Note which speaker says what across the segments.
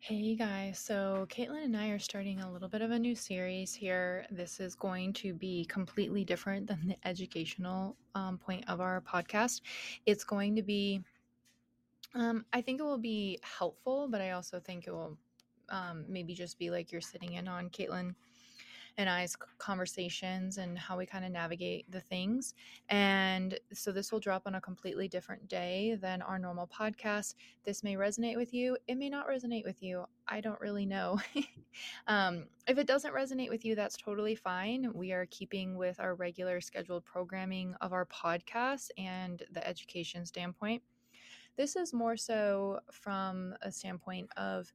Speaker 1: Hey guys, so Caitlin and I are starting a little bit of a new series here. This is going to be completely different than the educational um, point of our podcast. It's going to be, um, I think it will be helpful, but I also think it will um, maybe just be like you're sitting in on Caitlin and I's c- conversations and how we kind of navigate the things. And so this will drop on a completely different day than our normal podcast. This may resonate with you. It may not resonate with you. I don't really know. um, if it doesn't resonate with you, that's totally fine. We are keeping with our regular scheduled programming of our podcast and the education standpoint. This is more so from a standpoint of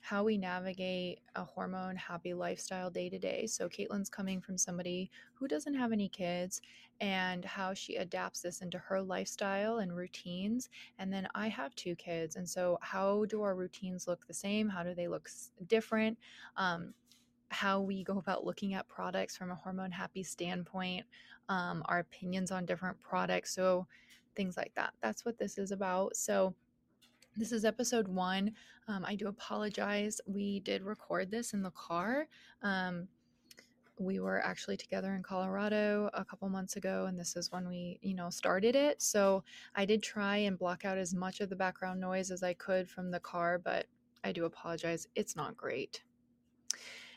Speaker 1: how we navigate a hormone happy lifestyle day to day. So, Caitlin's coming from somebody who doesn't have any kids and how she adapts this into her lifestyle and routines. And then I have two kids. And so, how do our routines look the same? How do they look s- different? Um, how we go about looking at products from a hormone happy standpoint, um, our opinions on different products. So, things like that. That's what this is about. So, this is episode one. Um, I do apologize. We did record this in the car. Um, we were actually together in Colorado a couple months ago, and this is when we, you know, started it. So I did try and block out as much of the background noise as I could from the car, but I do apologize. It's not great.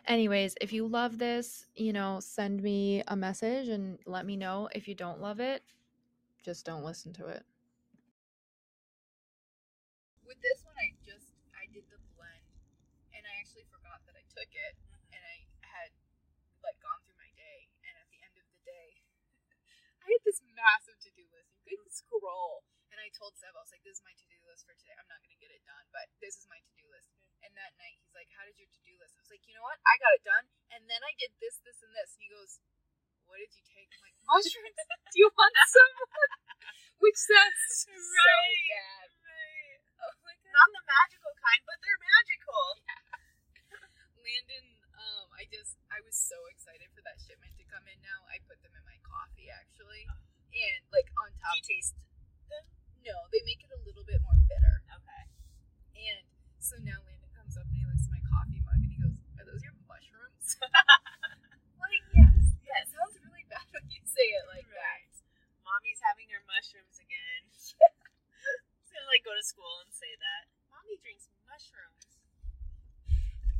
Speaker 1: Anyways, if you love this, you know, send me a message and let me know. If you don't love it, just don't listen to it. With this one, I just I did the blend, and I actually forgot that I took it, and I had like gone through my day, and at the end of the day, I had this massive to do list. You could scroll, and I told Seb, I was like, "This is my to do list for today. I'm not gonna get it done, but this is my to do list." And that night, he's like, "How did your to do list?" I was like, "You know what? I got it done, and then I did this, this, and this." And he goes, "What did you take?" I'm like, "Mushrooms. do you want some?" Which sounds so
Speaker 2: Right,
Speaker 1: bad. Right. Oh my god.
Speaker 2: Not the magical kind, but they're magical.
Speaker 1: Landon, um, I just I was so excited for that shipment to come in. Now I put them in my coffee actually, and like on top.
Speaker 2: Do you taste them?
Speaker 1: No, they make it a little bit more bitter.
Speaker 2: Okay.
Speaker 1: And so now Landon comes up and he looks at my coffee mug and he goes, "Are those your mushrooms?" like yes, yeah. It sounds really bad when you say it like that.
Speaker 2: Right. Mommy's having her mushrooms again. She's gonna like go to school and say that. Mommy drinks mushrooms.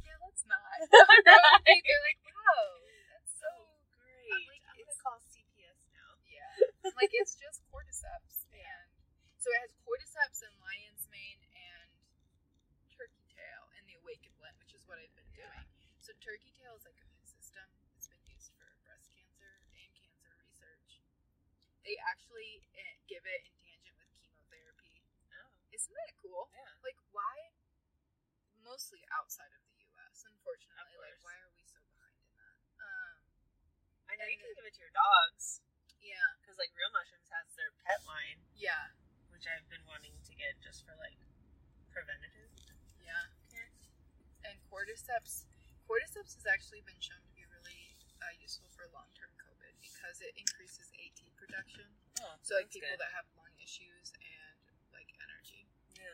Speaker 1: Yeah, let's not.
Speaker 2: Right.
Speaker 1: They're like, wow, that's so.
Speaker 2: So great.
Speaker 1: I'm like,
Speaker 2: I'm
Speaker 1: it's-
Speaker 2: gonna call CPS now.
Speaker 1: Yeah. like it's just cordyceps.
Speaker 2: Yeah.
Speaker 1: And so it has cordyceps and lion's mane and turkey tail and the awakened blend, which is what I've been doing. So turkey tail is like a new system. It's been used for breast cancer and cancer research. They actually eh, give it in tangent with chemotherapy.
Speaker 2: Oh.
Speaker 1: Isn't that cool?
Speaker 2: Yeah.
Speaker 1: Like why mostly outside of the US, unfortunately. Like
Speaker 2: course.
Speaker 1: why are we so behind in that? Um
Speaker 2: I know
Speaker 1: And
Speaker 2: you can
Speaker 1: then-
Speaker 2: give it to your dogs
Speaker 1: yeah.
Speaker 2: because like Real Mushrooms has their pet line,
Speaker 1: Yeah.
Speaker 2: which I've been wanting to get just for like preventative.
Speaker 1: Yeah. and cordyceps cordyceps has actually been shown to be really uh, useful for long-term covid because it increases at production
Speaker 2: Oh,
Speaker 1: so like
Speaker 2: that's
Speaker 1: people
Speaker 2: good.
Speaker 1: that have lung issues and like energy
Speaker 2: Yeah.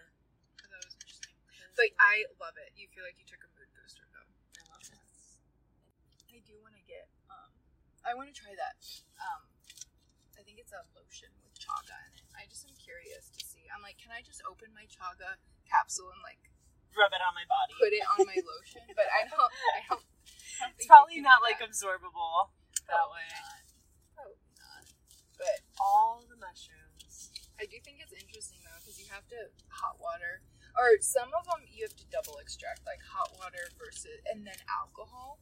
Speaker 1: so that was interesting but i love it you feel like you took a mood booster though
Speaker 2: I love this.
Speaker 1: i do want to get um i want to try that um i think it's a lotion with chaga in it i just am curious to see i'm like can i just open my chaga capsule and like
Speaker 2: Rub it on my body.
Speaker 1: put it on my lotion but i don't i don't, I don't think
Speaker 2: It's
Speaker 1: you Oh, can
Speaker 2: probably not
Speaker 1: do
Speaker 2: like
Speaker 1: that.
Speaker 2: absorbable that
Speaker 1: Probably
Speaker 2: way.
Speaker 1: not. Probably not. But
Speaker 2: All the mushrooms.
Speaker 1: I do think it's interesting though because you have to hot water, or some of them you have to double extract, like hot water versus and then alcohol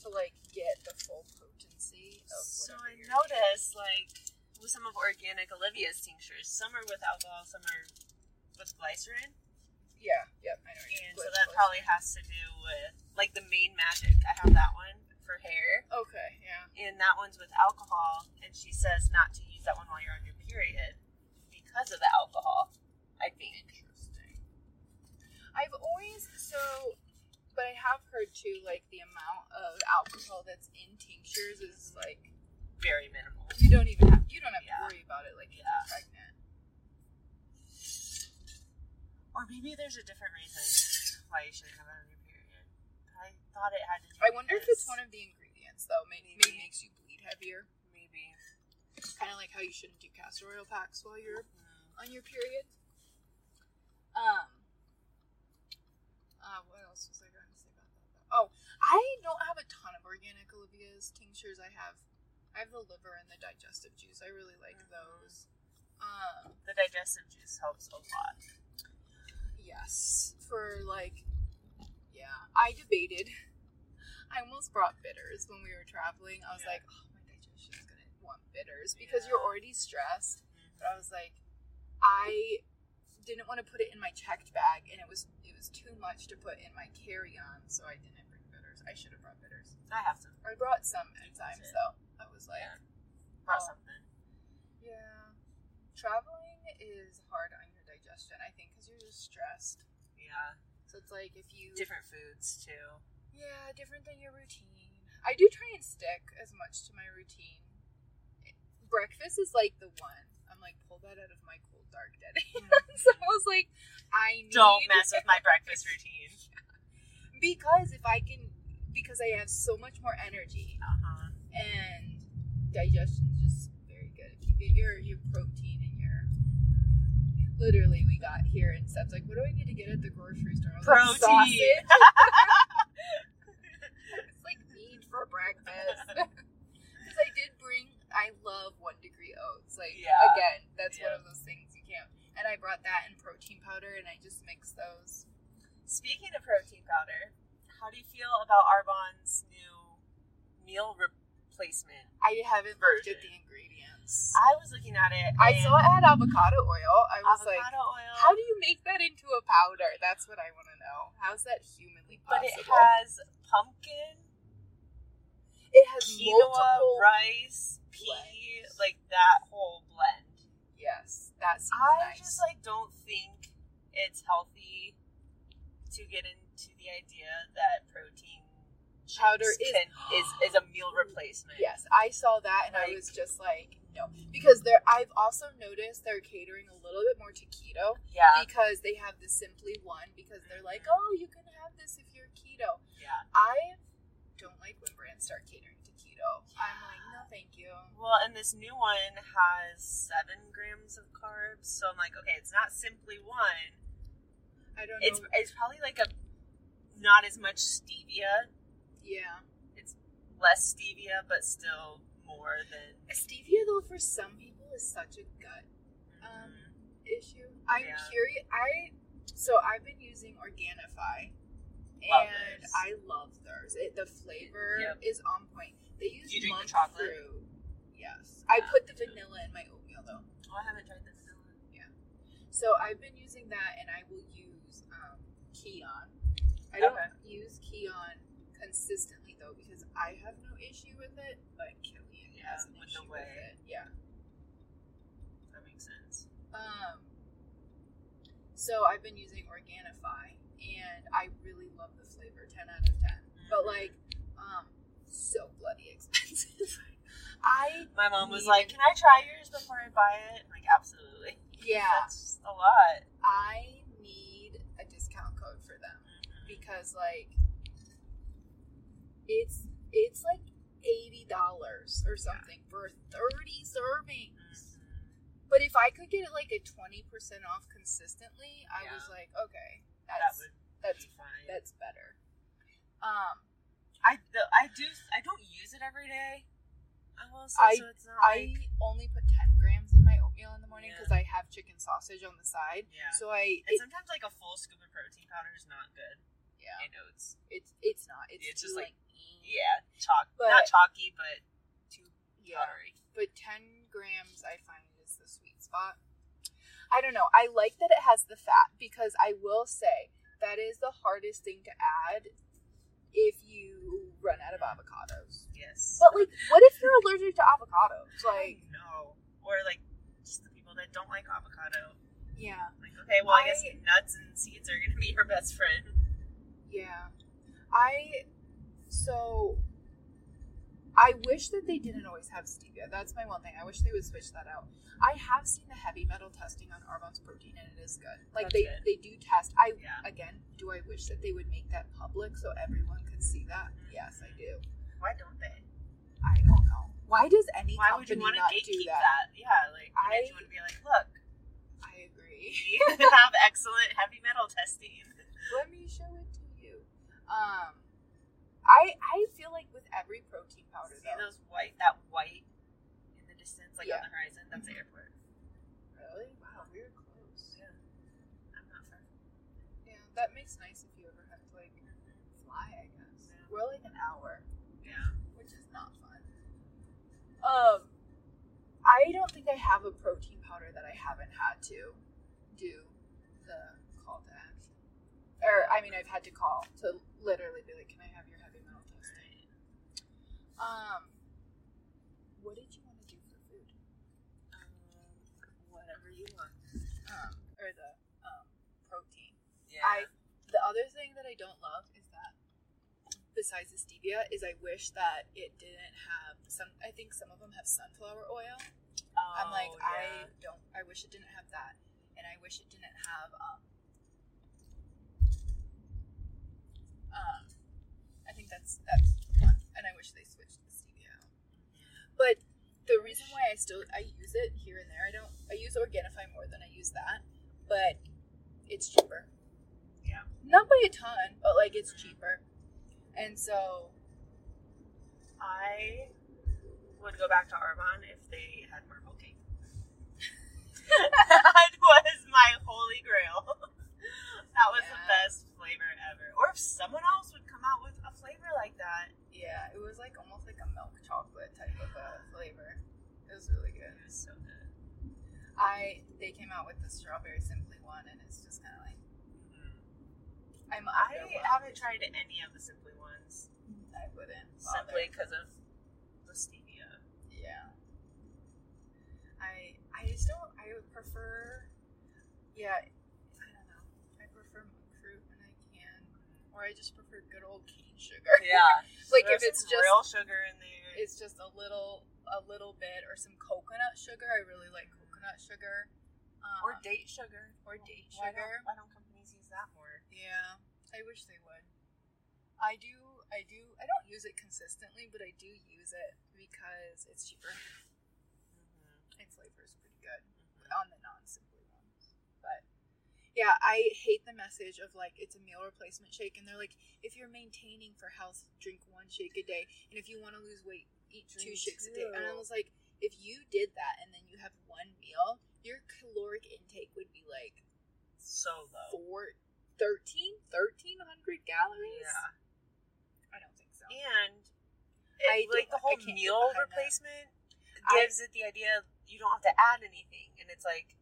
Speaker 1: to like get the full potency of
Speaker 2: So
Speaker 1: whatever.
Speaker 2: I
Speaker 1: you're-
Speaker 2: noticed like with some of organic Olivia's tinctures, some are with alcohol, some are with glycerin.
Speaker 1: Yeah. Yep. I know. what you're-
Speaker 2: And so
Speaker 1: Glitch
Speaker 2: that
Speaker 1: glitch.
Speaker 2: probably has to do with like the main magic. I have that one for hair.
Speaker 1: Okay. Yeah.
Speaker 2: And that one's with alcohol. And she says not to use that one while you're on your period because of the alcohol. I think.
Speaker 1: Interesting. I've always so, but I have heard too like the amount of alcohol that's in tinctures is like
Speaker 2: Very minimal.
Speaker 1: You don't even have you don't have to
Speaker 2: Yeah.
Speaker 1: worry about it like if
Speaker 2: Yeah.
Speaker 1: you're pregnant.
Speaker 2: Or maybe there's a different reason why you should come out of your period. I thought it had to do
Speaker 3: I wonder if it's one of the ingredients though. Maybe, maybe
Speaker 2: Maybe.
Speaker 3: makes you bleed heavier.
Speaker 2: Maybe.
Speaker 3: Kind of like how you shouldn't do castor oil packs while you're
Speaker 2: Mm.
Speaker 3: on your period. Um. Uh, what else was I going to say about that? Oh, I don't have a ton of organic Olivia's tinctures. I have, I have the liver and the digestive juice. I really like
Speaker 2: Mhm.
Speaker 3: those. Um,
Speaker 2: The digestive juice helps a lot.
Speaker 3: yes, for like, yeah. I debated. I almost brought bitters when we were traveling. I was
Speaker 2: Yeah.
Speaker 3: like, oh, my digestion's gonna want bitters because you're
Speaker 2: Yeah.
Speaker 3: already stressed. But I was like, I didn't want to put it in my checked bag, and it was it was too much to put in my carry on, so I didn't bring bitters. I should have brought bitters.
Speaker 2: I have to
Speaker 3: I brought some enzymes
Speaker 2: it.
Speaker 3: though. I was like,
Speaker 2: Yeah. brought
Speaker 3: Oh.
Speaker 2: something.
Speaker 3: yeah. traveling is hard on your digestion. I think because you're just stressed.
Speaker 2: Yeah.
Speaker 3: So it's like if you
Speaker 2: Different foods too.
Speaker 3: yeah different than your routine. I do try and stick as much to my routine. Breakfast is like the one. I'm like pull that out of my cold dark dead So I was like, I need
Speaker 2: Don't mess with my breakfast routine.
Speaker 3: because if I can, because I have so much more energy
Speaker 2: Uh-huh.
Speaker 3: and digestion is just very good. If you get your your protein and your literally we got here and Seb's like, what do I need to get at the grocery store? I was Like,
Speaker 2: Protein.
Speaker 3: sausage. it's like meat for breakfast. Because I did bring, I love one degree oats. Like
Speaker 2: Yeah.
Speaker 3: again, that's
Speaker 2: Yeah.
Speaker 3: one of those things you can't. And I brought that and protein powder, and I just mixed those.
Speaker 2: Speaking of protein powder, how do you feel about Arbonne's new meal replacement?
Speaker 3: I haven't looked at
Speaker 2: version.
Speaker 3: the ingredients.
Speaker 2: I was looking at it.
Speaker 3: I
Speaker 2: and
Speaker 3: saw it had avocado oil. I was
Speaker 2: avocado
Speaker 3: like,
Speaker 2: oil,
Speaker 3: how do you make that into a powder? That's what I want to know. How's that humanly
Speaker 2: but
Speaker 3: possible?
Speaker 2: it has pumpkin,
Speaker 3: It has
Speaker 2: quinoa,
Speaker 3: multiple.
Speaker 2: rice, pea,
Speaker 3: blends.
Speaker 2: like that whole blend.
Speaker 3: Yes, that seems
Speaker 2: I
Speaker 3: nice.
Speaker 2: just like don't think it's healthy to get into the idea that protein shakes
Speaker 3: Powder is-
Speaker 2: can, is is a meal replacement.
Speaker 3: yes, I saw that and I
Speaker 2: Like-
Speaker 3: was just like, no, because there. I've also noticed they're catering a little bit more to keto.
Speaker 2: Yeah.
Speaker 3: because they have the simply one because they're like, oh, you can have this if you're keto.
Speaker 2: Yeah.
Speaker 3: I don't like when brands start catering to keto. I'm like, no, thank you.
Speaker 2: Well, and this new one has seven grams of carbs, so I'm like, okay, it's not simply one.
Speaker 3: I don't know.
Speaker 2: It's it's probably like a not as much stevia,
Speaker 3: yeah,
Speaker 2: less stevia, but still more than.
Speaker 3: stevia though for some people is such a gut Um,
Speaker 2: mm-hmm.
Speaker 3: issue. I'm
Speaker 2: Yeah.
Speaker 3: curious. I so I've been using Organifi,
Speaker 2: Love
Speaker 3: and
Speaker 2: theirs.
Speaker 3: I love theirs. It, the flavor
Speaker 2: Yep.
Speaker 3: is on point. They use
Speaker 2: Do you drink the
Speaker 3: monk
Speaker 2: chocolate?
Speaker 3: fruit. Yes, I
Speaker 2: Yeah.
Speaker 3: put the vanilla in my oatmeal though.
Speaker 2: oh, I haven't tried this.
Speaker 3: So I've been using that, and I will use um, Keon. I don't
Speaker 2: Okay.
Speaker 3: use Keon consistently though because I have no issue with it, but Killian
Speaker 2: Yeah,
Speaker 3: has an
Speaker 2: with the
Speaker 3: issue with
Speaker 2: whey.
Speaker 3: it. Yeah.
Speaker 2: That makes sense.
Speaker 3: Um. So I've been using Organifi, and I really love the flavor. Ten out of 10 But
Speaker 2: Mm-hmm.
Speaker 3: like, um, so bloody expensive. I
Speaker 2: My mom was
Speaker 3: Need
Speaker 2: like,
Speaker 3: it.
Speaker 2: "Can I try yours before I buy it?" I'm like, absolutely.
Speaker 3: yeah,
Speaker 2: That's just a lot.
Speaker 3: I need a discount code for them.
Speaker 2: Mm-hmm.
Speaker 3: because like it's it's like eighty dollars or something for thirty
Speaker 2: Mm-hmm.
Speaker 3: servings. But if I could get like a twenty percent off consistently, I was
Speaker 2: Yeah.
Speaker 3: like, okay,
Speaker 2: That
Speaker 3: that's
Speaker 2: would
Speaker 3: that's
Speaker 2: be fine.
Speaker 3: that's better. Um,
Speaker 2: I though, I do I don't use it every day. I will say so. It's not
Speaker 3: I
Speaker 2: like
Speaker 3: only put ten grams in my oatmeal in the morning
Speaker 2: Yeah.
Speaker 3: because I have chicken sausage on the side.
Speaker 2: yeah.
Speaker 3: So I
Speaker 2: and
Speaker 3: it,
Speaker 2: sometimes like a full scoop of protein powder is not good.
Speaker 3: yeah,
Speaker 2: I know it's
Speaker 3: it's it's not it's,
Speaker 2: It's
Speaker 3: too,
Speaker 2: just, like,
Speaker 3: like,
Speaker 2: yeah chalk
Speaker 3: But-
Speaker 2: not chalky but too
Speaker 3: yeah.
Speaker 2: powdery.
Speaker 3: but 10 grams I find is the sweet spot. I don't know. I like that it has the fat because I will say that is the hardest thing to add if you run out of
Speaker 2: Mm.
Speaker 3: avocados.
Speaker 2: Yes.
Speaker 3: But like, what if you're allergic to avocados? Like,
Speaker 2: no, or like just the people that don't like avocado.
Speaker 3: yeah,
Speaker 2: Like okay, well I, guess
Speaker 3: I-
Speaker 2: nuts and seeds are gonna be your best friend.
Speaker 3: yeah. I so I wish that they didn't always have stevia. That's my one thing. I wish they would switch that out. I have seen the heavy metal testing on Arbonne's protein, and it is good. Like
Speaker 2: That's
Speaker 3: they
Speaker 2: good.
Speaker 3: they do test. I
Speaker 2: Yeah.
Speaker 3: again, do I wish that they would make that public so everyone could see that? Yes, I do.
Speaker 2: Why don't they?
Speaker 3: I don't know. Why does any
Speaker 2: Why would
Speaker 3: company
Speaker 2: you want to
Speaker 3: not do
Speaker 2: gatekeep
Speaker 3: that?
Speaker 2: that? Yeah, like why don't
Speaker 3: I-
Speaker 2: you want to be like, look,
Speaker 3: I agree.
Speaker 2: we have excellent heavy metal testing.
Speaker 3: Let me show it to you. Um, I I feel like with every protein powder
Speaker 2: See
Speaker 3: though,
Speaker 2: those white, that white in the distance, like
Speaker 3: Yeah.
Speaker 2: on the horizon. That's the airport.
Speaker 3: really wow, we were close.
Speaker 2: Yeah, I'm not far. from
Speaker 3: Yeah, that makes nice if you ever have to like fly. I guess
Speaker 2: Yeah.
Speaker 3: we're like an hour.
Speaker 2: it. Yeah,
Speaker 3: which is not fun. Um, I don't think I have a protein powder that I haven't had to do the call to action. Or, I mean, I've had to call to literally be like, can I have your heavy metal testing? Um, what did you want to do for food?
Speaker 2: um, whatever you want.
Speaker 3: Um, or the um, protein.
Speaker 2: Yeah,
Speaker 3: I the other thing that I don't love is that besides the stevia is I wish that it didn't have some I think some of them have sunflower oil.
Speaker 2: Oh,
Speaker 3: I'm like I don't I wish it didn't have that and I wish it didn't have um um I think that's that's one and I wish they switched the stevia out. But the reason why I still I use it here and there I don't I use Organifi more than I use that but it's cheaper
Speaker 2: Yeah.
Speaker 3: not by a ton, but like it's cheaper. And so,
Speaker 2: I would go back to Arbonne if they had marble cake. that was my holy grail. That was the
Speaker 3: Yeah.
Speaker 2: best flavor ever. Or if someone else would come out with a flavor like that,
Speaker 3: yeah, it was like almost like a milk chocolate type of a flavor. It was really
Speaker 2: it
Speaker 3: good.
Speaker 2: was so good.
Speaker 3: I they came out with the strawberry simply one, and it's just kind of like I'm
Speaker 2: I
Speaker 3: I
Speaker 2: haven't tried any of the Simply ones
Speaker 3: I wouldn't bother.
Speaker 2: simply because of the stevia.
Speaker 3: yeah. I I just don't. I would prefer. Yeah, I don't know. I prefer monk fruit when I can, or I just prefer good old cane sugar. Like,
Speaker 2: Throw
Speaker 3: if it's
Speaker 2: some
Speaker 3: just-
Speaker 2: real sugar in there,
Speaker 3: it's just a little a little bit or some coconut sugar i really like coconut sugar um,
Speaker 2: or date sugar,
Speaker 3: or date
Speaker 2: Why
Speaker 3: sugar.
Speaker 2: don't, why don't companies use that more?
Speaker 3: yeah i wish they would i do i do i don't use it consistently but i do use it because it's cheaper and flavor is pretty good
Speaker 2: Mm-hmm.
Speaker 3: on the non-simple ones but yeah i hate the message of like it's a meal replacement shake and they're like if you're maintaining for health drink one shake a day and if you want to lose weight eat two
Speaker 2: Drink
Speaker 3: shakes a day and i
Speaker 2: two.
Speaker 3: was like if you did that and then you have one meal your caloric intake would be like
Speaker 2: So low.
Speaker 3: four 13 1300 calories
Speaker 2: Yeah.
Speaker 3: i don't think so
Speaker 2: and
Speaker 3: I
Speaker 2: it, like
Speaker 3: don't-
Speaker 2: the
Speaker 3: I
Speaker 2: whole
Speaker 3: can't get
Speaker 2: meal
Speaker 3: behind that.
Speaker 2: replacement
Speaker 3: I-
Speaker 2: gives it the idea you don't have to add anything, and it's like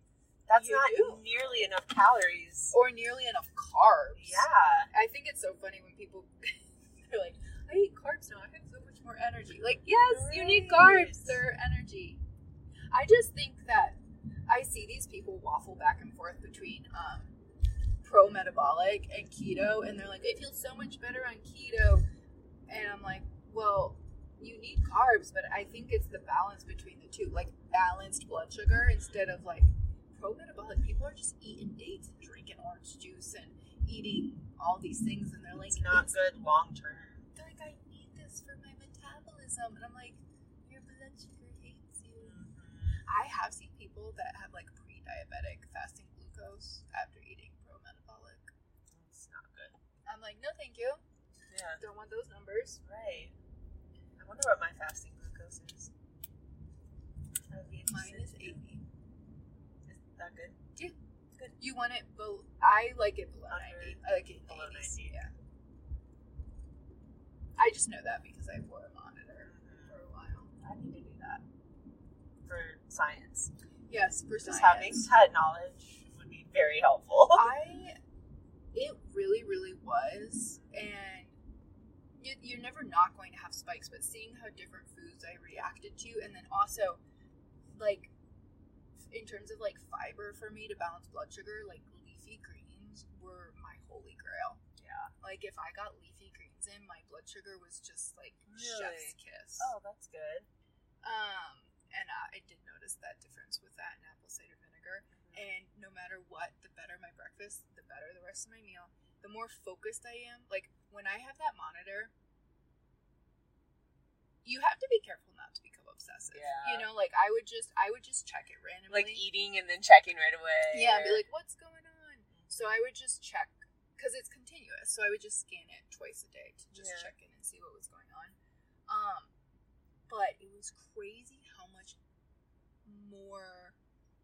Speaker 2: that's
Speaker 3: You
Speaker 2: not
Speaker 3: do.
Speaker 2: nearly enough calories.
Speaker 3: or nearly enough carbs
Speaker 2: Oh, yeah,
Speaker 3: I think it's so funny when people they're like, I eat carbs now, I have so much more energy. Like, yes, you need
Speaker 2: Right.
Speaker 3: carbs, they're energy. I just think that I see these people waffle back and forth between um, pro metabolic and keto, and they're like, I feel so much better on keto. And I'm like, well, you need carbs, but I think it's the balance between the two, like balanced blood sugar instead of like pro metabolic people are just eating dates and drinking orange juice and eating all these things, and they're like,
Speaker 2: it's not good long term.
Speaker 3: They're like, I need this for my metabolism, and I'm like, your blood sugar hates you.
Speaker 2: Mm-hmm.
Speaker 3: I have seen people that have like pre-diabetic fasting glucose after eating pro-metabolic.
Speaker 2: It's not good.
Speaker 3: I'm like, no, thank you.
Speaker 2: Yeah,
Speaker 3: Don't want those numbers.
Speaker 2: right. I wonder what my fasting glucose is. I would be
Speaker 3: Mine
Speaker 2: interested
Speaker 3: is
Speaker 2: to know.
Speaker 3: 80.
Speaker 2: Is that good?
Speaker 3: You want it below? I like it below
Speaker 2: Under-
Speaker 3: 90. I like it in the
Speaker 2: below
Speaker 3: 80s.
Speaker 2: 90.
Speaker 3: Yeah. I just know that because I wore a monitor
Speaker 2: Mm-hmm.
Speaker 3: for a while.
Speaker 2: I need to do that for science.
Speaker 3: Yes, for
Speaker 2: Just having
Speaker 3: science.
Speaker 2: that knowledge would be very helpful.
Speaker 3: I it really, really was, and you, you're never not going to have spikes. But seeing how different foods I reacted to, and then also like in terms of like fiber for me to balance blood sugar, like leafy greens were my holy grail.
Speaker 2: yeah,
Speaker 3: Like Like if I got leafy greens in, my blood sugar was just like
Speaker 2: Really?
Speaker 3: chef's kiss.
Speaker 2: Oh, that's good.
Speaker 3: Um, and I, I did notice that difference with that and apple cider vinegar.
Speaker 2: Mm-hmm.
Speaker 3: And no matter what, the better my breakfast, the better the rest of my meal. The more focused I am, like when I have that monitor, you have to be careful not to become obsessive. You
Speaker 2: Yeah.
Speaker 3: know, like I would just, I would just check it randomly.
Speaker 2: Like eating and then checking right away.
Speaker 3: Yeah, and
Speaker 2: or-
Speaker 3: be like, what's going on? So I would just check because it's continuous. So I would just scan it twice a day to just
Speaker 2: Yeah.
Speaker 3: check in and see what was going on. Um, but it was crazy how much more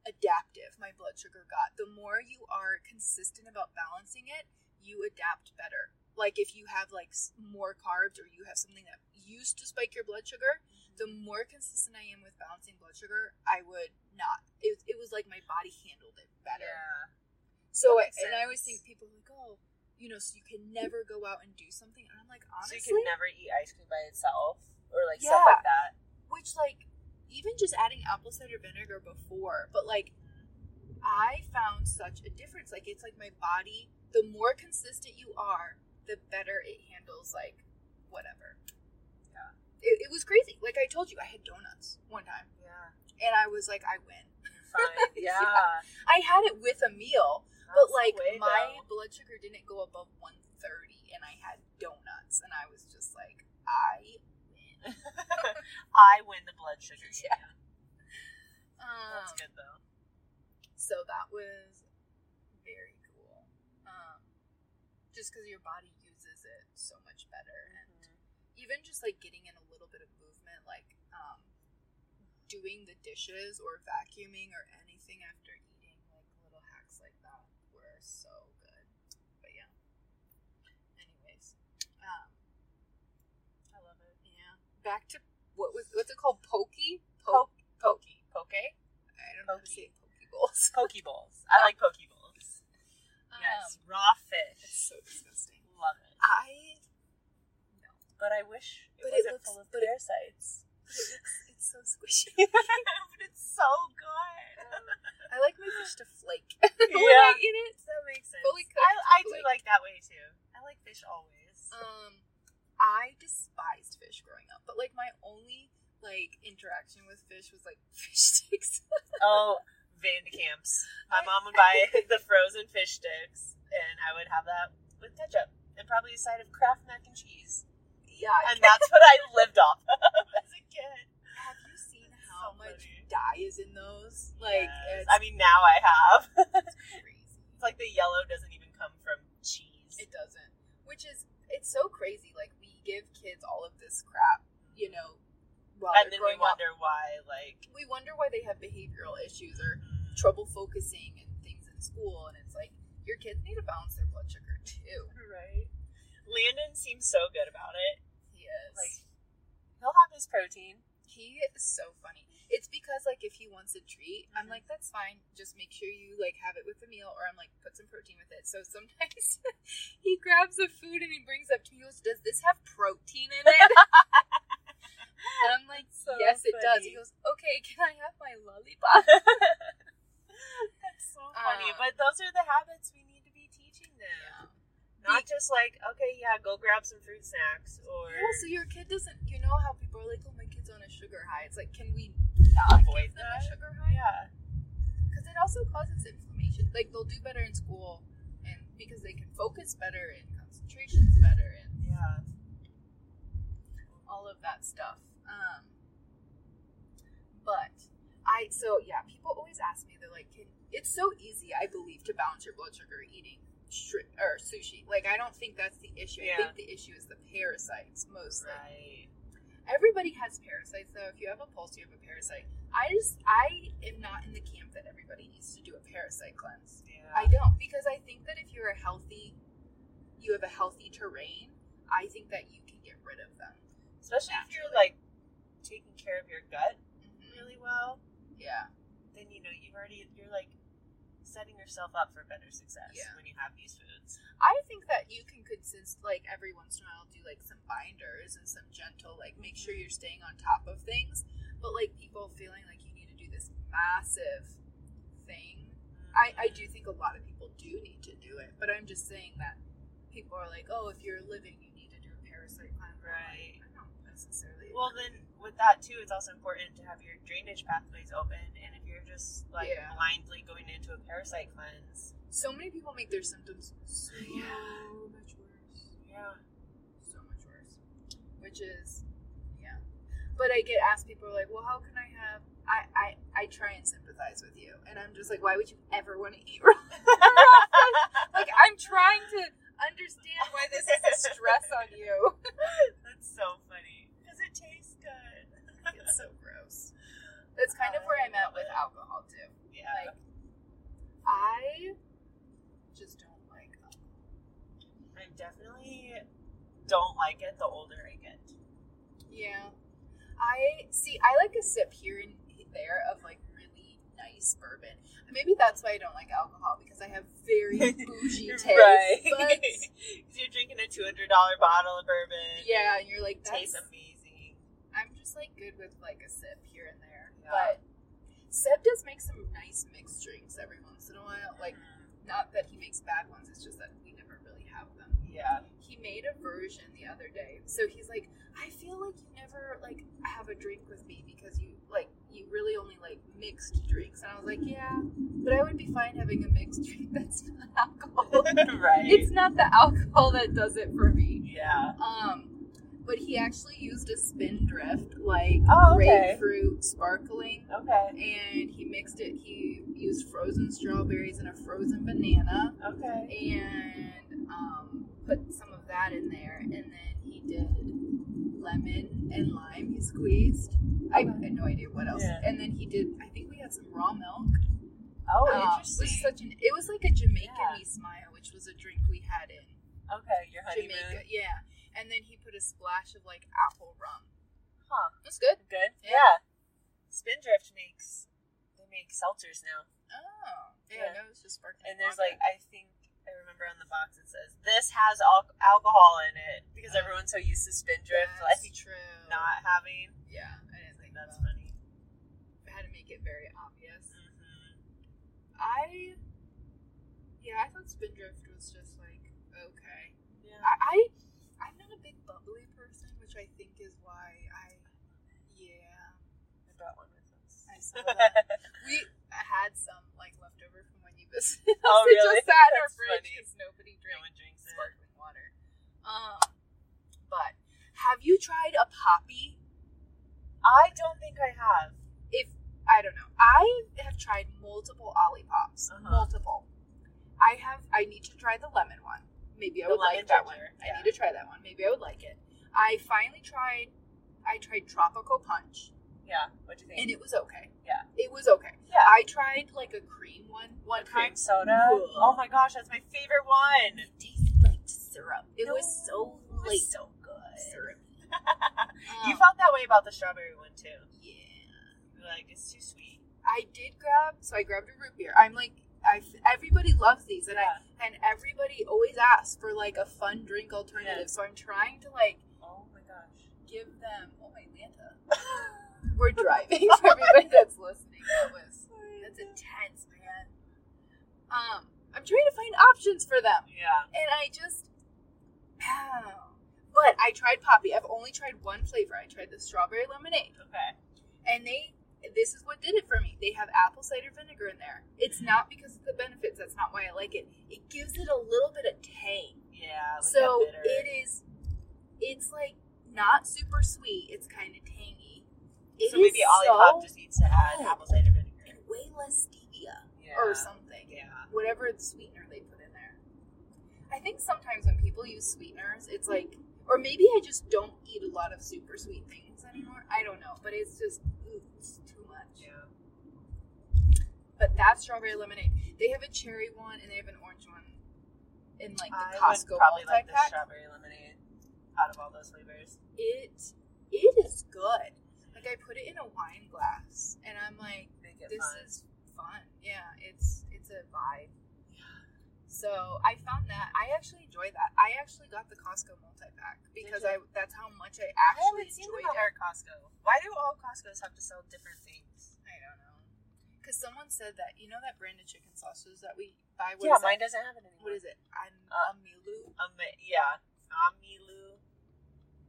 Speaker 3: adaptive my blood sugar got. The more you are consistent about balancing it, you adapt better. Like if you have like s- more carbs or you have something that used to spike your blood sugar,
Speaker 2: Mm-hmm.
Speaker 3: the more consistent I am with balancing blood sugar, I would not. It, it was like my body handled it better.
Speaker 2: Yeah.
Speaker 3: So, I,
Speaker 2: That makes
Speaker 3: and I always
Speaker 2: sense.
Speaker 3: think people are like, oh, you know, so you can never go out and do something. And I'm like,
Speaker 2: So
Speaker 3: honestly,
Speaker 2: you can never eat ice cream by itself or like stuff
Speaker 3: Yeah.
Speaker 2: like that.
Speaker 3: which like, even just adding apple cider vinegar before, but like, I found such a difference. Like, it's like my body, the more consistent you are, the better it handles, like, whatever.
Speaker 2: Yeah.
Speaker 3: It, it was crazy. Like, I told you, I had donuts one time,
Speaker 2: Yeah.
Speaker 3: and I was like, I win.
Speaker 2: Fine. Yeah.
Speaker 3: Yeah. I had it with a meal,
Speaker 2: That's
Speaker 3: but like
Speaker 2: the way,
Speaker 3: my
Speaker 2: though.
Speaker 3: blood sugar didn't go above 130, and I had donuts, and I was just like, I win.
Speaker 2: I win the blood sugar.
Speaker 3: Yeah.
Speaker 2: Yeah.
Speaker 3: Um,
Speaker 2: That's good though.
Speaker 3: So that was very cool. Um, just because your body uses it so much better, and
Speaker 2: Mm-hmm.
Speaker 3: even just like getting in a little bit of movement, like um, doing the dishes or vacuuming or anything after eating, like little hacks like that were so good. But yeah. Anyways, um,
Speaker 2: I love it.
Speaker 3: yeah. Back to what was what's it called? Pokey,
Speaker 2: Poke,
Speaker 3: pokey.
Speaker 2: poke,
Speaker 3: I don't know how to say
Speaker 2: Pokey.
Speaker 3: pokey bowls.
Speaker 2: poke bowls. I like poke bowls. Yes,
Speaker 3: Um,
Speaker 2: raw
Speaker 3: it's
Speaker 2: fish.
Speaker 3: so disgusting.
Speaker 2: Love it.
Speaker 3: I no,
Speaker 2: But I wish it
Speaker 3: But it
Speaker 2: wasn't
Speaker 3: looks-
Speaker 2: full of
Speaker 3: but it-
Speaker 2: parasites.
Speaker 3: but it looks, it's so squishy.
Speaker 2: but it's so good.
Speaker 3: um, I like my fish to flake when
Speaker 2: Yeah.
Speaker 3: I eat it.
Speaker 2: That makes sense.
Speaker 3: Fully cooked,
Speaker 2: I, I do
Speaker 3: fully-
Speaker 2: like that way too. I like fish always.
Speaker 3: Um, I despised fish growing up, but like my only like interaction with fish was like fish sticks.
Speaker 2: oh, Vandecamps. My mom would buy the frozen fish sticks, and I would have that with ketchup and probably a side of Kraft mac and cheese.
Speaker 3: yeah.
Speaker 2: And that's what I lived off of as a kid.
Speaker 3: Have you seen
Speaker 2: That's
Speaker 3: how
Speaker 2: so
Speaker 3: much
Speaker 2: funny.
Speaker 3: dye is in those? Like,
Speaker 2: Yes.
Speaker 3: it's
Speaker 2: I mean, now I have.
Speaker 3: crazy.
Speaker 2: It's like the yellow doesn't even come from cheese.
Speaker 3: It doesn't. Which is, it's so crazy. Like, we give kids all of this crap, you know, while
Speaker 2: and
Speaker 3: they're
Speaker 2: then we
Speaker 3: growing up.
Speaker 2: wonder why, like,
Speaker 3: We wonder why they have behavioral issues or
Speaker 2: mm,
Speaker 3: trouble focusing and things in school. And it's like, your kids need to balance their blood sugar too.
Speaker 2: right? Landon seems so good about it.
Speaker 3: He is.
Speaker 2: Like, he'll have his protein.
Speaker 3: He is so funny. It's because like if he wants a treat, I'm
Speaker 2: Mhm.
Speaker 3: like that's fine. Just make sure you like have it with the meal, or I'm like put some protein with it. So sometimes he grabs the food and he brings up to me. He goes, "Does this have protein in it?" and I'm like,
Speaker 2: So
Speaker 3: "Yes, it does."
Speaker 2: funny.
Speaker 3: He goes, "Okay, can I have my lollipop?"
Speaker 2: That's so funny.
Speaker 3: Um,
Speaker 2: but those are the habits we need to be teaching them.
Speaker 3: Yeah.
Speaker 2: Not just like, okay, yeah, go grab some fruit snacks or
Speaker 3: So your kid doesn't. You know how people are like, "Oh, my kid's on a sugar high." It's like, can we not
Speaker 2: avoid
Speaker 3: give them a
Speaker 2: that.
Speaker 3: sugar high?
Speaker 2: Yeah.
Speaker 3: because it also causes inflammation. Like they'll do better in school, and because they can focus better and concentration's better and
Speaker 2: Yeah.
Speaker 3: all of that stuff. Um, but I so yeah, people always ask me they're like, can it's so easy? I believe to balance your blood sugar eating shri- or sushi. Like I don't think that's the issue. I
Speaker 2: Yeah.
Speaker 3: think the issue is the parasites mostly.
Speaker 2: Right.
Speaker 3: Everybody has parasites, though. If you have a pulse, you have a parasite. I just I am not in the camp that everybody needs to do a parasite cleanse.
Speaker 2: Yeah.
Speaker 3: I don't because I think that if you're a healthy, you have a healthy terrain. I think that you can get rid of them.
Speaker 2: Especially if you're
Speaker 3: Naturally.
Speaker 2: like taking care of your gut really well,
Speaker 3: Mm-hmm. Yeah,
Speaker 2: then you know you've already you're like setting yourself up for better success
Speaker 3: Yeah.
Speaker 2: when you have these foods.
Speaker 3: I think that you can consist like every once in a while do like some binders and some gentle like make sure you're staying on top of things. But like people feeling like you need to do this massive
Speaker 2: Mm-hmm.
Speaker 3: thing, I I do think a lot of people do need to do it. But I'm just saying that people are like, oh, if you're living, you need to do a parasite climb. I'm like,
Speaker 2: Right.
Speaker 3: I don't necessarily.
Speaker 2: Well, then with that too, it's also important to have your drainage pathways open. And if you're just like
Speaker 3: Yeah.
Speaker 2: blindly going into a parasite cleanse,
Speaker 3: so many people make their symptoms so
Speaker 2: Yeah.
Speaker 3: much worse.
Speaker 2: yeah,
Speaker 3: so much worse. Which is, yeah. But I get asked, people are like, well, how can I have. I, I, I try and sympathize with you. And I'm just like, why would you ever want to eat raw? like, I'm trying to understand why this is a stress on you.
Speaker 2: that's so funny because it tastes good.
Speaker 3: It's so gross. Um, That's kind of where I'm at with alcohol, too.
Speaker 2: Yeah,
Speaker 3: Like, I just don't like alcohol.
Speaker 2: I definitely don't like it the older I get.
Speaker 3: Yeah. I see I like a sip here and there of like really nice bourbon. Maybe that's why I don't like alcohol because I have very bougie tastes. But
Speaker 2: Because you're drinking a two hundred dollar bottle of bourbon.
Speaker 3: yeah, and you're like
Speaker 2: it tastes
Speaker 3: that's,
Speaker 2: amazing.
Speaker 3: I'm just like good with like a sip here and there.
Speaker 2: Yeah.
Speaker 3: But Seb does make some nice mixed drinks every once in a while. Like not that he makes bad ones, it's just that we never really have them.
Speaker 2: Mm, yeah,
Speaker 3: he made a version the other day. So he's like, I feel like you never like have a drink with me because you like you really only like mixed drinks. And I was like, yeah, but I would be fine having a mixed drink that's not alcohol.
Speaker 2: right.
Speaker 3: it's not the alcohol that does it for me.
Speaker 2: yeah.
Speaker 3: Um, but he actually used a spindrift like
Speaker 2: Oh, okay.
Speaker 3: grapefruit sparkling.
Speaker 2: Okay.
Speaker 3: And he mixed it. He used frozen strawberries and a frozen banana
Speaker 2: Okay.
Speaker 3: and um, put some of that in there, and then he did lemon and lime. He squeezed. I
Speaker 2: Okay.
Speaker 3: had no idea what else.
Speaker 2: Yeah.
Speaker 3: And then he did. I think we had some raw milk.
Speaker 2: Oh,
Speaker 3: uh,
Speaker 2: interesting.
Speaker 3: Was such an. It was like a Jamaican
Speaker 2: Yeah.
Speaker 3: smile, which was a drink we had in
Speaker 2: okay, your honeymoon.
Speaker 3: Jamaica. Yeah. And then he put a splash of like apple rum.
Speaker 2: Huh.
Speaker 3: That's good.
Speaker 2: Good.
Speaker 3: Yeah.
Speaker 2: Spindrift makes they make seltzers now,
Speaker 3: Oh.
Speaker 2: Yeah.
Speaker 3: Yeah. No, it's just sparkling.
Speaker 2: and there's
Speaker 3: vodka.
Speaker 2: like I think I remember on the box it says this has al- alcohol in it because
Speaker 3: Uh-huh.
Speaker 2: everyone's so used to Spindrift
Speaker 3: That's
Speaker 2: like
Speaker 3: true.
Speaker 2: not having.
Speaker 3: Yeah. I didn't think
Speaker 2: That's
Speaker 3: that's.
Speaker 2: funny.
Speaker 3: I had to make it very obvious.
Speaker 2: Mm-hmm.
Speaker 3: I yeah, I thought Spindrift was just like okay.
Speaker 2: Yeah.
Speaker 3: I, I I'm not a big bubbly person, which I think is why I yeah
Speaker 2: I brought one with us.
Speaker 3: I saw that. we had some like leftover from when you visited.
Speaker 2: Oh,
Speaker 3: It
Speaker 2: really?
Speaker 3: Just sat in our
Speaker 2: That's
Speaker 3: fridge
Speaker 2: funny.
Speaker 3: because nobody
Speaker 2: no
Speaker 3: drank
Speaker 2: one drinks it.
Speaker 3: sparkling water. Um, but have you tried a poppy?
Speaker 2: I don't think I have.
Speaker 3: if I don't know, I have tried multiple Olipops,
Speaker 2: Uh-huh.
Speaker 3: multiple. I have. I need to try the lemon one. Maybe I
Speaker 2: The
Speaker 3: would
Speaker 2: lemon
Speaker 3: like that
Speaker 2: ginger,
Speaker 3: one.
Speaker 2: yeah.
Speaker 3: I need to try that one. Maybe I would like it. I finally tried. I tried tropical punch,
Speaker 2: Yeah. What do you think?
Speaker 3: and it was okay.
Speaker 2: Yeah.
Speaker 3: it was okay.
Speaker 2: yeah.
Speaker 3: I tried like a cream one one time.
Speaker 2: cream soda.
Speaker 3: Ugh.
Speaker 2: Oh my gosh, that's my favorite one.
Speaker 3: It tasted like syrup. It
Speaker 2: No,
Speaker 3: was so
Speaker 2: it was
Speaker 3: late.
Speaker 2: so good.
Speaker 3: Syrup. Um,
Speaker 2: You felt that way about the strawberry one too.
Speaker 3: yeah.
Speaker 2: You were like it's too sweet.
Speaker 3: I did grab, so I grabbed a root beer. I'm like, I everybody loves these, and
Speaker 2: Yeah.
Speaker 3: I and everybody always asks for like a fun drink alternative.
Speaker 2: Yeah.
Speaker 3: So I'm trying to like
Speaker 2: Oh my gosh.
Speaker 3: give them. Oh my Lanta, we're driving for everybody that's listening. That was that's intense, man. Um, I'm trying to find options for them,
Speaker 2: yeah.
Speaker 3: and I just, but I tried poppy. I've only tried one flavor. I tried the strawberry lemonade
Speaker 2: Okay.
Speaker 3: and they this is what did it for me they have apple cider vinegar in there it's not because of the benefits that's not why i like it it gives it a little bit of tang
Speaker 2: Yeah. Like
Speaker 3: so
Speaker 2: that bitter.
Speaker 3: it is it's like not super sweet it's kind of tangy It
Speaker 2: So
Speaker 3: is
Speaker 2: maybe Olipop
Speaker 3: so-
Speaker 2: just needs to add
Speaker 3: good.
Speaker 2: apple cider vinegar
Speaker 3: and way less stevia
Speaker 2: yeah.
Speaker 3: or something
Speaker 2: Yeah.
Speaker 3: whatever the sweetener they put in there i think sometimes when people use sweeteners it's like or maybe i just don't eat a lot of super sweet things anymore i don't know but it's just ooh, it's too much
Speaker 2: Yeah.
Speaker 3: But that strawberry lemonade, they have a cherry one and they have an orange one in like
Speaker 2: I
Speaker 3: the
Speaker 2: would
Speaker 3: Costco
Speaker 2: probably like the
Speaker 3: multi-pack.
Speaker 2: strawberry lemonade out of all those flavors.
Speaker 3: it it is good. Like I put it in a wine glass and I'm like,
Speaker 2: Make it
Speaker 3: this
Speaker 2: fun.
Speaker 3: is fun. Yeah, it's it's a vibe. So I found that I actually enjoy that. I actually got the Costco multi pack because
Speaker 2: you?
Speaker 3: I that's how much I
Speaker 2: I
Speaker 3: actually
Speaker 2: haven't seen
Speaker 3: enjoyed it.
Speaker 2: them over at Costco. Why do all Costco's have to sell different things?
Speaker 3: I don't know. Because someone said that, you know, that brand of chicken sausage that we by what
Speaker 2: yeah,
Speaker 3: is
Speaker 2: mine
Speaker 3: that?
Speaker 2: doesn't have it anymore.
Speaker 3: What is it? I'm
Speaker 2: Uh,
Speaker 3: Amilu.
Speaker 2: Um, yeah, Amilu,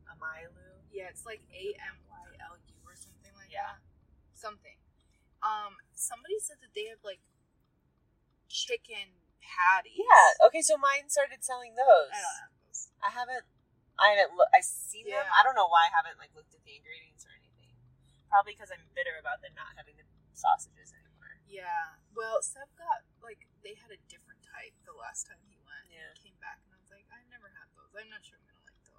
Speaker 2: Amilu.
Speaker 3: Yeah, it's like A M Y L U or something like
Speaker 2: Yeah.
Speaker 3: that. Something. Um, somebody said that they have like chicken patties.
Speaker 2: Yeah. Okay, so mine started selling those.
Speaker 3: I don't have those.
Speaker 2: I haven't. I haven't. Lo- I've seen them.
Speaker 3: Yeah.
Speaker 2: I don't know why I haven't like looked at the ingredients or anything. Probably because I'm bitter about them not having the sausages anymore.
Speaker 3: Yeah. Well, Seb got like they had a different type the last time he went. and
Speaker 2: Yeah.
Speaker 3: he came back and I was like, I've never had those. I'm not sure I'm gonna like those.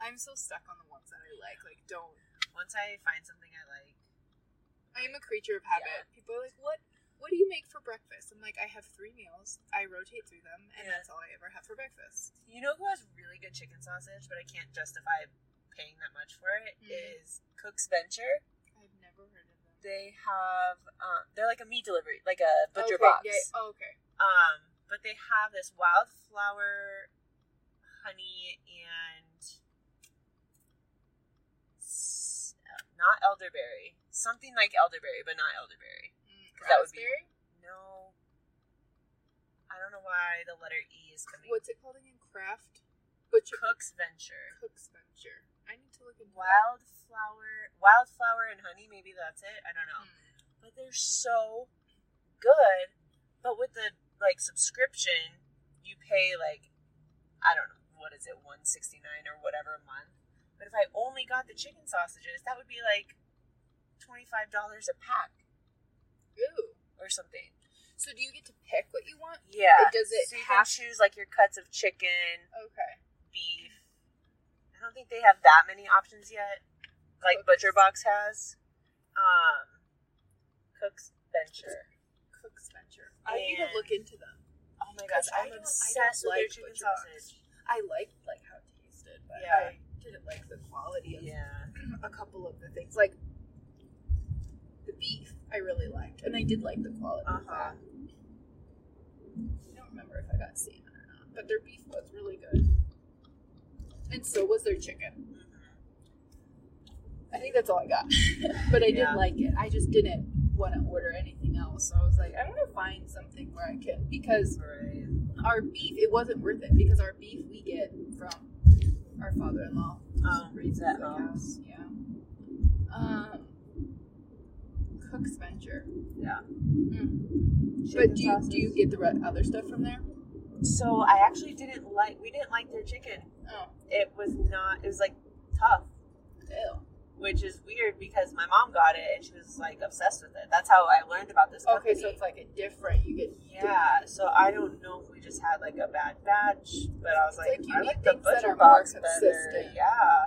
Speaker 3: I'm so stuck on the ones that I like. Like, don't.
Speaker 2: Once I find something I like,
Speaker 3: I am a creature of habit. People are like, what? What do you make for breakfast? I'm like, I have three meals. I rotate through them, and
Speaker 2: Yeah.
Speaker 3: that's all I ever have for breakfast.
Speaker 2: you know who has really good chicken sausage, but I can't justify paying that much for it. Is
Speaker 3: Mm.
Speaker 2: Cook's Venture.
Speaker 3: I've never heard of them.
Speaker 2: They have. Um, they're like a meat delivery, like a butcher
Speaker 3: okay,
Speaker 2: box.
Speaker 3: yeah, oh, okay.
Speaker 2: Um, but they have this wildflower honey and s- uh, not elderberry, something like elderberry, but not elderberry.
Speaker 3: Mm,
Speaker 2: 'Cause that would be-
Speaker 3: raspberry?
Speaker 2: No, I don't know why the letter E is coming.
Speaker 3: What's it called again? Craft butcher
Speaker 2: Cook's Venture?
Speaker 3: Cook's venture. I need to look into that.
Speaker 2: Wildflower, wildflower and honey. Maybe that's it. I don't know.
Speaker 3: Mm.
Speaker 2: But they're so good. But with the like subscription, you pay like I don't know what is it one sixty nine or whatever a month. But if I only got the chicken sausages, that would be like twenty five dollars a pack
Speaker 3: Mm. Ooh.
Speaker 2: or something.
Speaker 3: So do you get to pick what you want?
Speaker 2: Yeah.
Speaker 3: But does it
Speaker 2: so you
Speaker 3: have-
Speaker 2: can choose like your cuts of chicken,
Speaker 3: Okay.
Speaker 2: beef? I don't think they have that many options yet, like
Speaker 3: Cooks.
Speaker 2: Butcher Box has. Um, Cook's Venture.
Speaker 3: Cook's venture. I need to
Speaker 2: And-
Speaker 3: look into them.
Speaker 2: Oh my
Speaker 3: Because
Speaker 2: gosh,
Speaker 3: I
Speaker 2: I'm
Speaker 3: don't- I don't
Speaker 2: obsessed with
Speaker 3: like
Speaker 2: their chicken
Speaker 3: butcher box.
Speaker 2: sausage.
Speaker 3: I liked like how it tasted, but
Speaker 2: Yeah.
Speaker 3: I didn't like the quality of
Speaker 2: Yeah.
Speaker 3: a couple of the things. Like the beef, I really liked, and I did like the quality of
Speaker 2: Uh-huh.
Speaker 3: that. I don't remember if I got salmon or not, but their beef was really good, and so was their chicken. I think that's all I got, but I
Speaker 2: Yeah.
Speaker 3: did like it. I just didn't want to order anything else, so I was like, I want to find something where I can
Speaker 2: Mm-hmm.
Speaker 3: because
Speaker 2: Right.
Speaker 3: our beef it wasn't worth it because our beef we get from our father-in-law
Speaker 2: Um,
Speaker 3: raises
Speaker 2: that
Speaker 3: the
Speaker 2: helps.
Speaker 3: cows, yeah um cook's venture
Speaker 2: Yeah.
Speaker 3: Mm. but do you, do you get the re- other stuff from there
Speaker 2: So I actually didn't like. We didn't like their chicken.
Speaker 3: oh
Speaker 2: It was not. It was like tough,
Speaker 3: ew.
Speaker 2: which is weird because my mom got it and she was like obsessed with it. That's how I learned about this company.
Speaker 3: okay so it's like a different you get
Speaker 2: Yeah. So I don't know if we just had like a bad batch, but I
Speaker 3: It's
Speaker 2: was like,
Speaker 3: like you
Speaker 2: I
Speaker 3: need
Speaker 2: like the
Speaker 3: things that
Speaker 2: butcher
Speaker 3: are more
Speaker 2: box better.
Speaker 3: consistent.
Speaker 2: Yeah.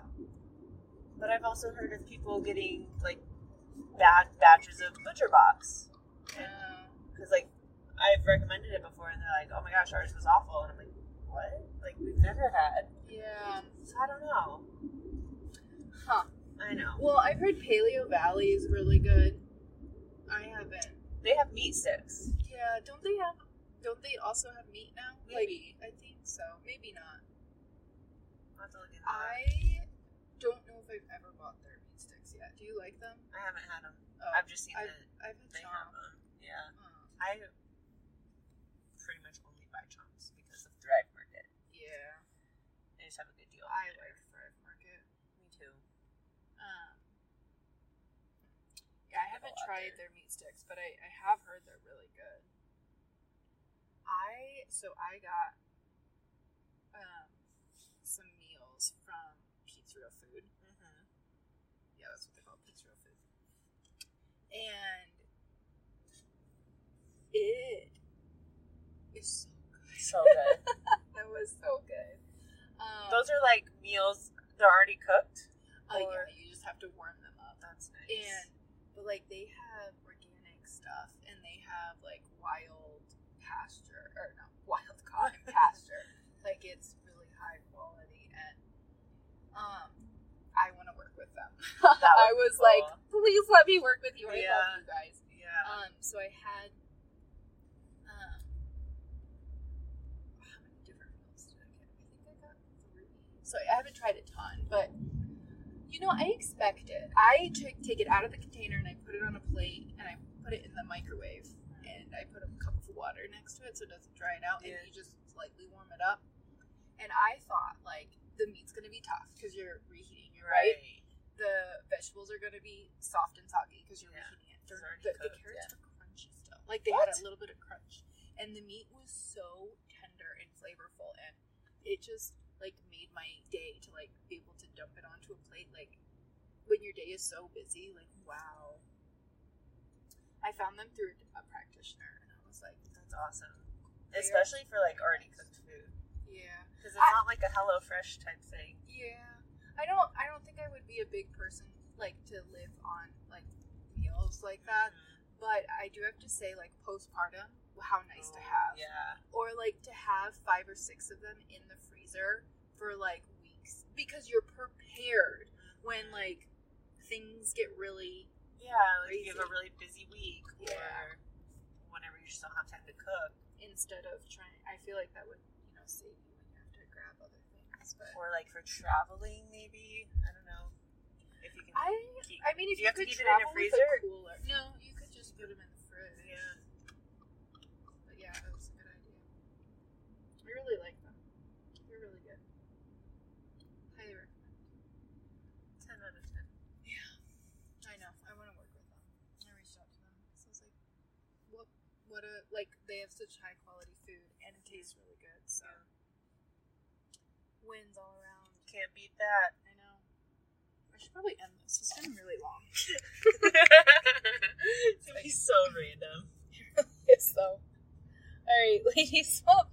Speaker 2: But I've also heard of people getting like bad batches of butcher box.
Speaker 3: uh,
Speaker 2: because like I've recommended it before, and they're like, "Oh my gosh, ours was awful," and I'm like, "What? Like we've never had."
Speaker 3: yeah
Speaker 2: So I don't know.
Speaker 3: huh
Speaker 2: I know
Speaker 3: well i've heard paleo valley is really good i haven't
Speaker 2: they have meat sticks.
Speaker 3: yeah don't they have don't they also have meat now
Speaker 2: Maybe.
Speaker 3: like i think so maybe not
Speaker 2: I'll have to look into that.
Speaker 3: I don't know if I've ever bought their meat sticks yet. Do you like them?
Speaker 2: I haven't had them.
Speaker 3: Oh,
Speaker 2: I've just seen
Speaker 3: I-
Speaker 2: that
Speaker 3: I've
Speaker 2: they
Speaker 3: had
Speaker 2: have
Speaker 3: chomp.
Speaker 2: them. Yeah,
Speaker 3: Oh,
Speaker 2: I pretty much only buy chomps because of Thrive Market.
Speaker 3: yeah,
Speaker 2: They just have a good deal.
Speaker 3: I like Thrive Market.
Speaker 2: Me too.
Speaker 3: Um, yeah, I
Speaker 2: They have a
Speaker 3: haven't
Speaker 2: lot
Speaker 3: tried
Speaker 2: there.
Speaker 3: their meat sticks, but I, I have heard they're really good. I so I got um some meals from Pizzeria Food.
Speaker 2: Mm-hmm.
Speaker 3: Yeah, that's what they call pizzeria food. And it is so
Speaker 2: So good.
Speaker 3: that was so good. Um,
Speaker 2: Those are like meals. They're already cooked.
Speaker 3: uh, yeah,
Speaker 2: or-
Speaker 3: you just have to warm them up.
Speaker 2: That's nice.
Speaker 3: And but like they have organic stuff, and they have like wild pasture or not wild cotton pasture. Like it's really high quality, and um, I want to work with them.
Speaker 2: That
Speaker 3: I
Speaker 2: would be
Speaker 3: was like, please let me work with you. I
Speaker 2: Yeah.
Speaker 3: love you guys.
Speaker 2: yeah.
Speaker 3: Um, so I had um, how many different meals did I get? I think I got three. So I haven't tried a ton, but you know, I expect it. I took, take it out of the container and I put it on a plate and I put it in the microwave and I put a cup of water next to it so it doesn't dry it out,
Speaker 2: Yeah.
Speaker 3: and you just slightly warm it up. And I thought like the meat's gonna be tough because you're reheating it, right? The vegetables are gonna be soft and soggy because you're
Speaker 2: Yeah.
Speaker 3: reheating it. The,
Speaker 2: It's already
Speaker 3: the,
Speaker 2: cooked,
Speaker 3: carrots
Speaker 2: yeah.
Speaker 3: were crunchy still, like they had a
Speaker 2: What?
Speaker 3: little bit of crunch, and the meat was so tender and flavorful, and it just like made my day to like be able to dump it onto a plate like when your day is so busy like wow i found them through a practitioner and i was like
Speaker 2: That's awesome.
Speaker 3: They are-
Speaker 2: Especially for like already cooked food.
Speaker 3: yeah
Speaker 2: Because it's
Speaker 3: I-
Speaker 2: not like a Hello Fresh type thing.
Speaker 3: yeah i don't i don't think i would be a big person like to live on like meals like that
Speaker 2: Mm-hmm.
Speaker 3: but i do have to say like postpartum how nice to
Speaker 2: Oh,
Speaker 3: have
Speaker 2: Yeah.
Speaker 3: or like to have five or six of them in the freezer for like weeks because you're prepared when like things get really
Speaker 2: Yeah, like if you have a
Speaker 3: Crazy.
Speaker 2: really busy week
Speaker 3: Yeah.
Speaker 2: or whenever you just don't have time to cook.
Speaker 3: instead of trying i feel like that would you know save you when you have to grab other things but
Speaker 2: Or like for traveling maybe. I don't know. If you can
Speaker 3: i
Speaker 2: keep
Speaker 3: i mean if you,
Speaker 2: Do you have
Speaker 3: could
Speaker 2: to keep it in a
Speaker 3: travel
Speaker 2: freezer?
Speaker 3: with a cooler no you could just put them in the fridge
Speaker 2: Yeah.
Speaker 3: but yeah that was a good idea i really like them they're really good highly recommend
Speaker 2: ten out of ten.
Speaker 3: i know i want to work with them i reached out to them so i was like what what a like they have such high quality food and it tastes really good so wins all around
Speaker 2: Can't beat that.
Speaker 3: I know. I should probably end this. It's been really long.
Speaker 2: it's gonna be so random.
Speaker 3: Yes, though. All right, ladies. Well,